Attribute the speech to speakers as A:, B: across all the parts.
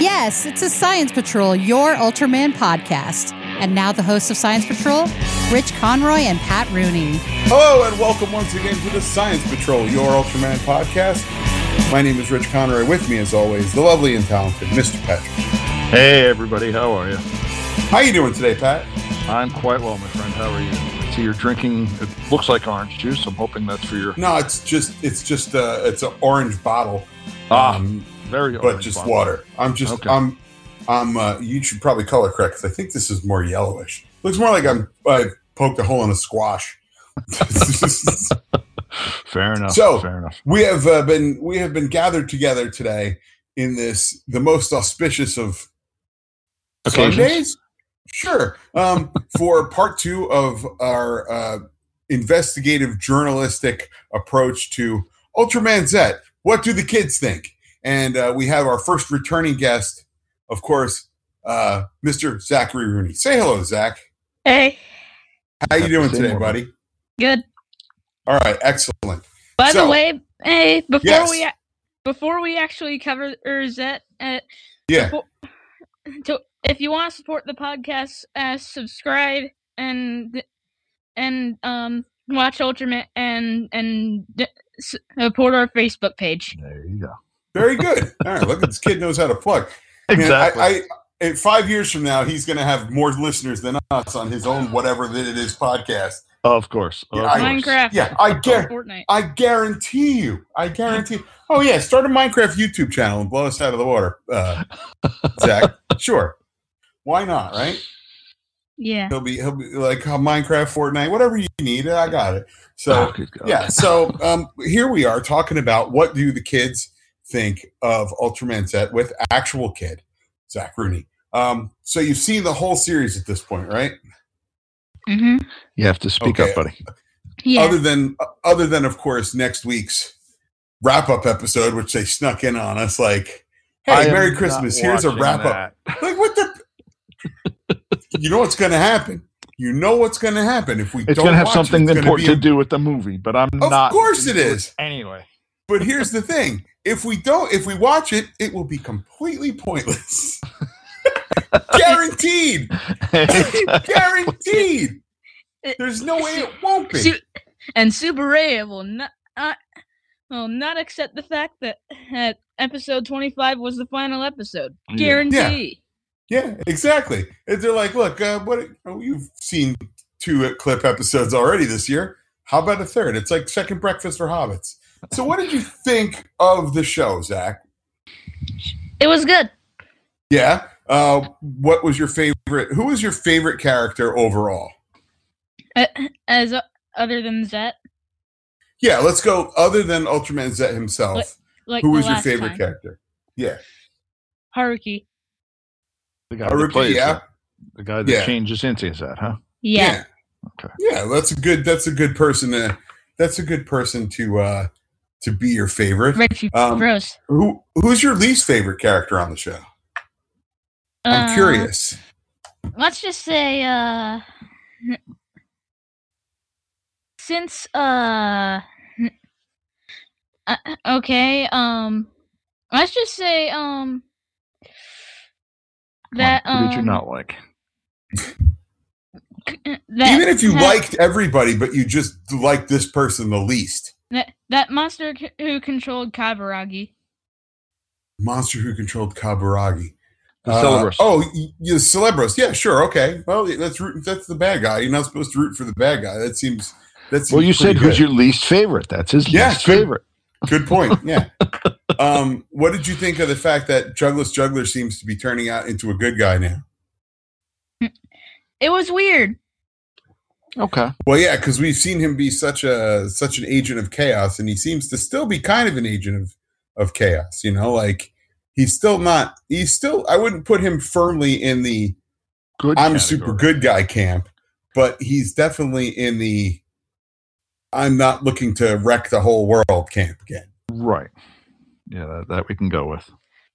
A: Yes, it's a Science Patrol, your Ultraman podcast. And now the hosts of Science Patrol, Rich Conroy and Pat Rooney.
B: Hello and welcome once again to the Science Patrol, your Ultraman podcast. My name is Rich Conroy. With me, as always, the lovely and talented Mr. Patrick.
C: Hey everybody, how are you?
B: How you doing today, Pat?
C: I'm quite well, my friend. How are you? So you're drinking. It looks like orange juice. I'm hoping that's for your
B: No, it's just it's just uh it's an orange bottle,
C: ah,
B: um,
C: very orange.
B: but just
C: bottle.
B: water. I'm just
C: Okay.
B: I'm I'm uh, you should probably color correct 'cause I think this is more yellowish. Looks more like I'm I poked a hole in a squash.
C: Fair enough.
B: So-
C: fair enough.
B: We have uh, been we have been gathered together today in this the most auspicious of
C: Occasions.
B: Sundays. Sure, um, for part two of our uh, investigative journalistic approach to Ultraman Z. What do the kids think? And uh, we have our first returning guest, of course, uh, Mr. Zachary Rooney. Say hello, Zach.
D: Hey,
B: How you
C: Happy
B: doing
C: Seymour.
B: today, buddy?
D: good.
B: All right, excellent.
D: By
B: So-
D: the way, hey, before
B: Yes.
D: we a- before we actually cover Zet, uh,
B: Yeah,
D: to, if you want to support the podcast, uh, subscribe and and um watch Ultraman and and d- s- support our Facebook page.
C: There you go.
B: very good. All right, look at this kid knows how to plug. Man, I-
C: Exactly.
B: I, in five years from now, he's going to have more listeners than us on his own whatever that it is podcast.
C: of course. Of
B: Yeah, I-
C: course.
D: Minecraft,
B: Yeah, I guar-
D: Fortnite.
B: I guarantee you. I guarantee. Oh yeah, start a Minecraft YouTube channel and blow us out of the water, uh, Zach. sure, why not? Right?
D: Yeah,
B: He'll be he'll be like oh, Minecraft, Fortnite, whatever you need. I got it. So
C: Oh, good God.
B: yeah, so um, here we are talking about what do the kids think of Ultraman Set with actual kid Zach Rooney. Um, so you've seen the whole series at this point, right?
D: hmm
C: You have to speak
B: Okay.
C: up, buddy.
D: yeah.
B: Other than other than of course next week's wrap up episode, which they snuck in on us like,
C: I
B: "Hey,
C: am
B: Merry
C: not
B: Christmas! Here's a
C: watching
B: wrap up."
C: that.
B: Like what the? you know what's going to happen. You know what's going to happen if we
C: It's
B: don't
C: going to have
B: watch it, it's
C: something
B: gonna
C: important
B: be
C: to do with the movie, but I'm
B: Of
C: not.
B: course it
C: gonna do
B: is.
C: Anyway,
B: But here's the thing: if we don't, if we watch it, it will be completely pointless. guaranteed, guaranteed. There's no way it won't be.
D: Su- and Super Ray will not, not will not accept the fact that uh, episode 25 was the final episode.
C: Yeah.
D: Guarantee.
B: Yeah, exactly. And they're like, look, uh, what oh, you've seen two clip episodes already this year. How about a third? It's like second breakfast for hobbits. So, what did you think of the show, Zach?
D: It was good.
B: Yeah. Uh, what was your favorite? Who was your favorite character overall?
D: Uh, as o- other than that,
B: Yeah, let's go. Other than Ultraman Zet himself,
D: What- like
B: who
D: the
B: was your
D: last
B: favorite
D: time.
B: character? Yeah,
D: Haruki.
C: the guy that
B: Haruki.
C: plays
B: Yeah,
C: that- the guy that
B: Yeah.
C: changes into is that, huh?
D: Yeah.
C: Okay.
B: Yeah, that's a good. That's a good person to. That's a good person to uh to be your favorite.
D: Richie
B: Um,
D: Bros.
B: Who who's your least favorite character on the show? I'm
D: Uh,
B: curious.
D: Let's just say uh since uh uh, okay, um let's just say um
C: Come on,
D: that um
C: who did you not like?
D: that
B: Even if you
D: that-
B: liked everybody, but you just liked this person the least.
D: that, that monster c- who controlled Kaburagi.
B: Monster who controlled Kaburagi.
C: The
B: Uh,
C: Celebros.
B: oh, y- yeah, Celebros. Yeah, sure. Okay. Well, that's root, that's the bad guy. You're not supposed to root for the bad guy. That seems. That seems
C: Well, you said
B: pretty
C: who's
B: good.
C: your least favorite? That's his
B: Yeah,
C: least
B: good.
C: favorite.
B: Good point. Yeah. um, what did you think of the fact that Jugless Juggler seems to be turning out into a good guy now?
D: It was weird.
C: Okay.
B: Well, yeah, because we've seen him be such a such an agent of chaos, and he seems to still be kind of an agent of of chaos. You know, like he's still not. He's still. I wouldn't put him firmly in the
C: Good.
B: I'm
C: category.
B: super good guy camp, but he's definitely in the I'm not looking to wreck the whole world camp again.
C: Right. Yeah, that, that we can go with.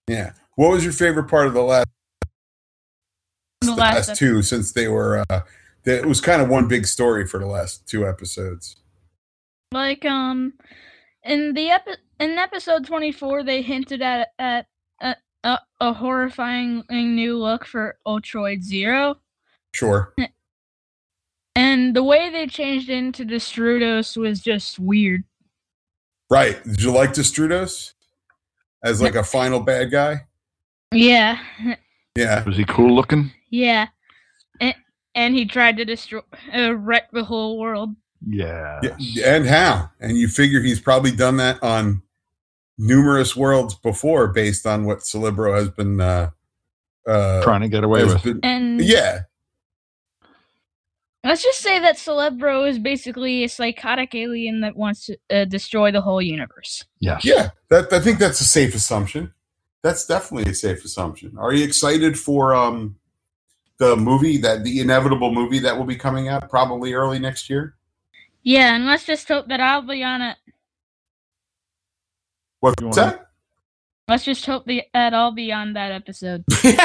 B: Yeah. What was your favorite part of the last
D: The
B: the
D: last
B: last
D: ep-
B: two since they were uh that it was kind of one big story for the last two episodes.
D: like um in the epi- in episode 24 they hinted at at uh, uh, a horrifying new look for Ultroid Zero.
B: Sure.
D: And the way they changed into the Strudos was just weird.
B: Right. Did you like Destrudos as like a final bad guy?
D: Yeah,
B: Yeah.
C: Was he cool looking?
D: yeah. And, and he tried to destroy, uh, wreck the whole world.
C: Yeah.
B: Yeah, And how? And you figure he's probably done that on numerous worlds before, based on what Celebro has been uh, uh,
C: Trying to get away
B: has
C: with.
B: been-
D: And
B: yeah,
D: let's just say that Celebro is basically a psychotic alien that wants to uh, destroy the whole universe.
C: Yes.
B: yeah. That I think that's a safe assumption. That's definitely a safe assumption. Are you excited for um, the movie that the inevitable movie that will be coming out probably early next year?
D: Yeah, and let's just hope that I'll be on it.
C: You
B: What's
C: wanna-
B: that?
D: Let's just hope the, that I'll be on that episode.
B: I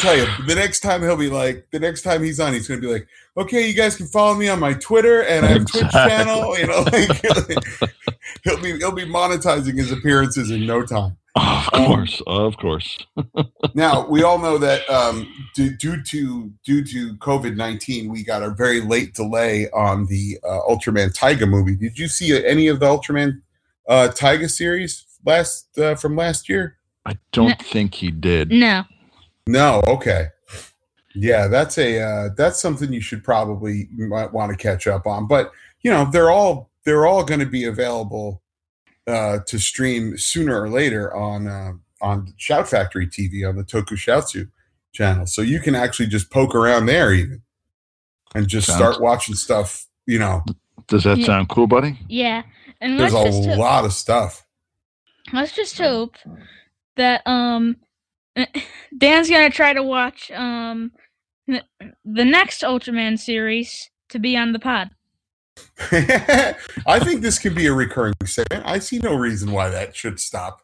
B: tell you, the next time he'll be like, the next time he's on, he's going to be like, okay, you guys can follow me on my Twitter and I have Twitch
C: Exactly.
B: channel. You know, like, he'll be he'll be monetizing his appearances in no time.
C: Of
B: Um,
C: course. Of course.
B: Now we all know that um, due, due to due to COVID nineteen, we got a very late delay on the uh, Ultraman Taiga movie. Did you see any of the Ultraman uh, Taiga series last uh, from last year?
C: I don't
D: No.
C: think he did.
D: No.
B: No, okay. Yeah, that's a uh, that's something you should probably might want to catch up on. But you know, they're all they're all going to be available uh, to stream sooner or later on uh, on Shout Factory TV on the Tokushatsu channel, so you can actually just poke around there even and just
C: Sounds-
B: start watching stuff. You know,
C: Does that
D: Yeah.
C: sound cool, buddy?
D: Yeah. And
B: there's a
D: let's just hope,
B: lot of stuff.
D: let's just hope that um Dan's going to try to watch um the, the next Ultraman series to be on the pod.
B: I think this can be a recurring segment. I see no reason why that should stop.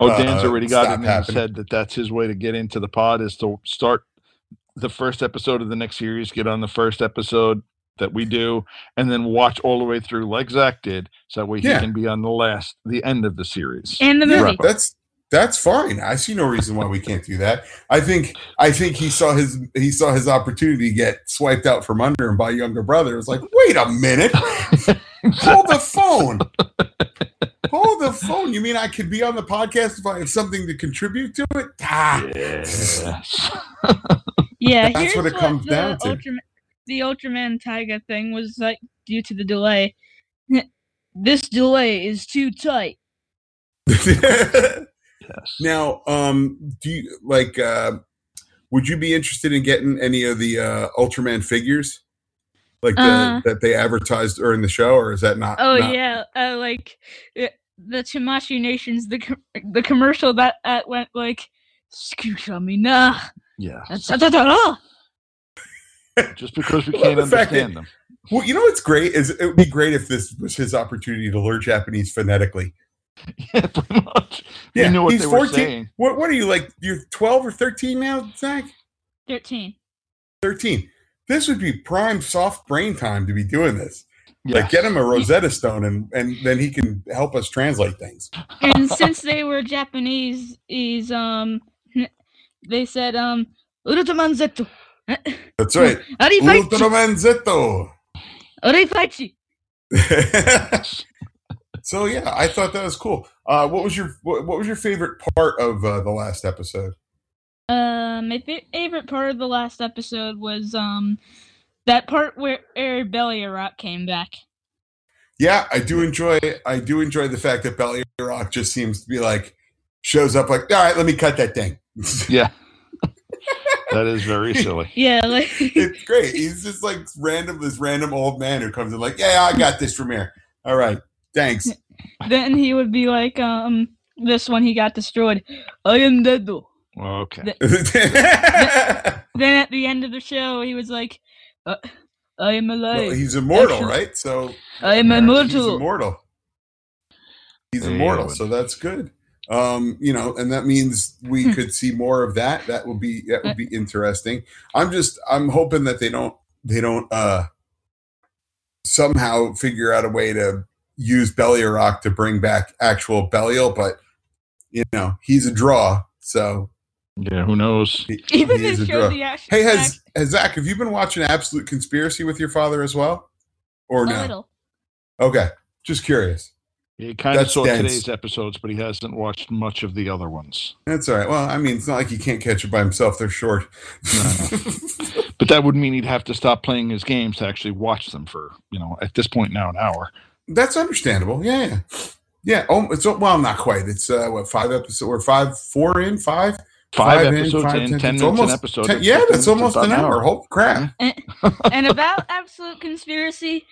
C: Oh,
B: Uh,
C: Dan's already got
B: stop
C: it and
B: happening.
C: said that that's his way to get into the pod is to start the first episode of the next series, get on the first episode that we do, and then watch all the way through like Zach did, so that way he
B: Yeah.
C: can be on the last, the end of the series.
D: And the
B: Yeah,
D: movie.
B: that's that's fine. I see no reason why we can't do that. I think I think he saw his he saw his opportunity get swiped out from under him by younger brother. It was like, wait a minute, hold the phone, hold the phone. You mean I could be on the podcast if I have something to contribute to it? Ah,
C: Yes.
D: Yeah,
B: That's
D: here's
B: what it comes
D: the
B: down to.
D: Ultraman, the Ultraman Taiga thing was like due to the delay. This delay is too tight.
C: yes.
B: now, um, do you like? Uh, would you be interested in getting any of the uh, Ultraman figures? Like the,
D: Uh.
B: that they advertised during the show, or is that not?
D: Oh
B: not-
D: yeah, uh, like uh, the Tamashi Nations, the com- the commercial that uh, went like "Skushamina."
C: Yeah.
D: da-da-da-da."
C: Just because we
B: Well,
C: can't
B: the fact that-
C: understand them.
B: Well, you know what's great is it would be great if this was his opportunity to learn Japanese phonetically.
C: Yeah, pretty much. Yeah,
B: Yeah,
C: you knew what
B: he's
C: they were
B: 14.
C: saying.
B: What What are you like? You're twelve or thirteen now, Zach?
D: Thirteen.
B: Thirteen. This would be prime soft brain time to be doing this. Like,
C: Yes.
B: get him a Rosetta Stone, and and then he can help us translate things.
D: And since they were Japanese, is um, they said um, "Ultraman Zeto, Hmm.
B: That's right,
D: Arifaichi,
B: Ultraman Zeto.
D: Arifaichi."
B: so yeah, I thought that was cool. Uh, what was your what, what was your favorite part of uh, the last episode?
D: Uh, my fa- favorite part of the last episode was um that part where Air Belly Rock came back.
B: Yeah, I do enjoy. I do enjoy the fact that Belly Rock just seems to be like shows up like, all right, let me cut that thing.
C: Yeah. that is very silly.
D: Yeah, like
B: it's great. He's just like random, this random old man who comes in like, yeah, I got this from here. All right, thanks.
D: then he would be like um this one he got destroyed. I am dead though.
C: Okay.
B: well,
D: Then at the end of the show he was like, uh, I am alive.
B: he's immortal,
D: Actually-
B: right? So
D: I am
C: He's
B: He's
D: immortal.
B: immortal. He's
C: There you
B: immortal,
C: go.
B: so that's good. Um, you know, and that means
D: Hmm.
B: we could see more of that. That would be that
D: Uh.
B: would be interesting. I'm just I'm hoping that they don't they don't uh somehow figure out a way to use Bellyrock to bring back actual Belial, but you know he's a draw. So
C: Yeah, who knows?
B: he,
D: Even
B: he
D: if
B: is a
D: it
B: draw.
D: shows the action.
B: Hey, has, has Zach? Have you been watching Absolute Conspiracy with your father as well, or
D: a
B: no?
D: little.
B: Okay, just curious.
C: He kind of
B: That's
C: saw
B: dense.
C: today's episodes, but he hasn't watched much of the other ones.
B: That's all right. Well, I mean, it's not like he can't catch it by himself. They're short.
C: But that would mean he'd have to stop playing his games to actually watch them for, you know, at this point now an hour.
B: That's understandable. Yeah, yeah, yeah. Oh, it's well, not quite. It's uh, what five episode or five, four in five,
C: Five,
B: Five in,
C: episodes
B: five,
C: in,
B: ten,
C: ten,
B: it's
C: minutes
B: almost
C: an episode.
B: Ten-
C: It's
B: yeah,
C: 15
B: that's
C: minutes,
B: almost
C: about
B: an hour. Holy crap!
D: And about absolute conspiracy,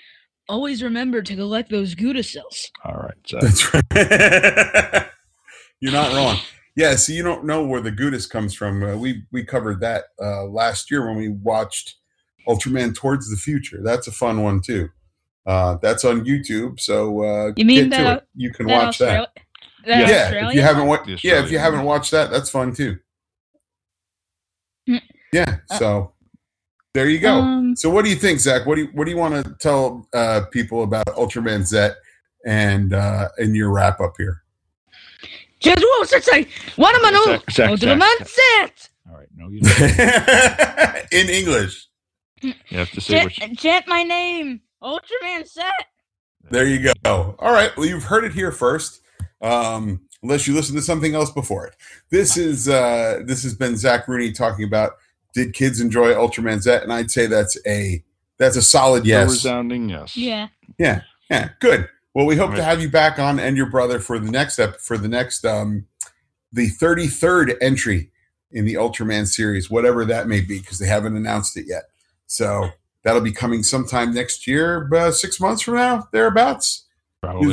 D: always remember to collect those Gouda cells.
C: All right. So
B: That's right. You're not wrong. Yeah, so you don't know where the Gudis comes from. Uh, we we covered that uh, last year when we watched Ultraman Towards the Future. That's a fun one too. Uh, that's on YouTube, so uh,
D: You mean
B: get
D: that-
B: to it. You can watch that.
D: Austral- that
B: yeah, if
D: Australian
B: you haven't
D: one?
B: wa-
C: The
B: yeah, if you
C: Australian
B: haven't
C: one.
B: watched that, that's fun too.
D: Hmm.
B: Yeah,
D: Uh,
B: so there you go.
D: Um,
B: So, what do you think, Zach? What do you what do you want to tell uh, people about Ultraman Zet and uh, and your wrap up here?
D: just what was it say? What am I know?
C: Zach- Zach-
D: Oh,
C: Zach-
D: man said.
C: All right. No, you, don't.
B: In English,
C: you have to say which.
D: Chant, chant my name, Ultraman set.
B: there you go. All right, well, you've heard it here first. Um, unless you listened to something else before it, this is uh, this has been Zach Rooney talking about did kids enjoy Ultraman Zet, and I'd say that's a that's a solid
C: Yes.
B: yes.
C: resounding yes.
D: Yeah.
B: Yeah, good. Well, we hope
C: All
B: to
C: right.
B: have you back on and your brother for the next step for the next um the 33rd entry in the Ultraman series, whatever that may be, because they haven't announced it yet. So that'll be coming sometime next year, uh, six months from now, thereabouts.
C: Probably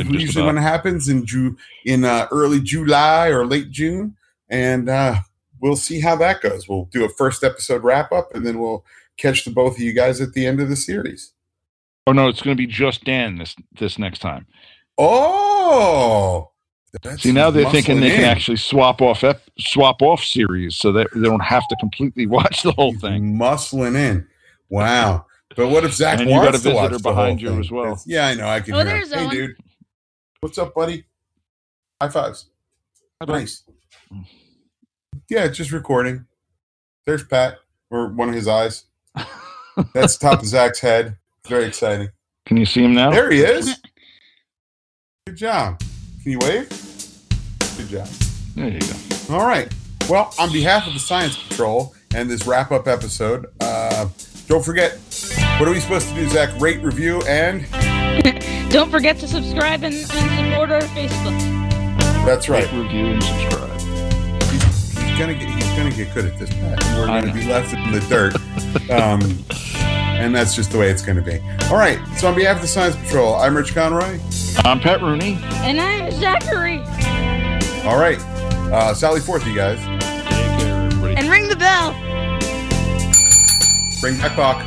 B: is
C: Oh, just
B: usually
C: about.
B: when it happens in Ju- in uh, early July or late June, and uh, we'll see how that goes. We'll do a first episode wrap up, and then we'll catch the both of you guys at the end of the series.
C: Oh no, it's going to be just Dan this this next time.
B: Oh, that's
C: See, now they're thinking
B: muscling
C: they can
B: in.
C: actually swap off ep- swap off series, so that they don't have to completely watch the whole
B: He's
C: thing.
B: muscling in. Wow. But what if Zach
C: And you
B: wants
C: got a
B: to watch
C: visitor
B: the whole
C: behind you
B: thing?
C: as well.
B: That's- yeah, I know. I can.
D: Oh,
B: hear
D: there's
B: him. Hey,
D: Owen.
B: dude. What's up, buddy? High fives. Nice. Yeah, it's just recording. There's Pat or one of his eyes. That's the top of Zach's head. Very exciting.
C: Can you see him now?
B: There he is. Good job. Can you wave? Good job.
C: There you go.
B: All right. Well, on behalf of the Science Patrol and this wrap up episode, uh, don't forget what are we supposed to do, Zach? Rate, review, and
D: Don't forget to subscribe and, and support our Facebook.
B: that's right.
C: Rate, review, and subscribe.
B: He's, he's gonna get he's gonna get good at this, Pat. And we're
C: I
B: gonna
C: know.
B: be left in the dirt. Um, and that's just the way it's gonna be. All right. So on behalf of the Science Patrol, I'm Rich Conroy.
C: I'm Pat Rooney.
D: And I'm Zachary.
B: All right. Uh, Sally Forth, you guys.
C: Take care, everybody.
D: And ring the bell.
B: Bring back Bach.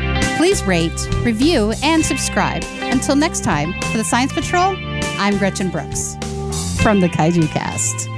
A: Please rate, review, and subscribe. Until next time, for the Science Patrol, I'm Gretchen Brooks from the Kaiju Cast.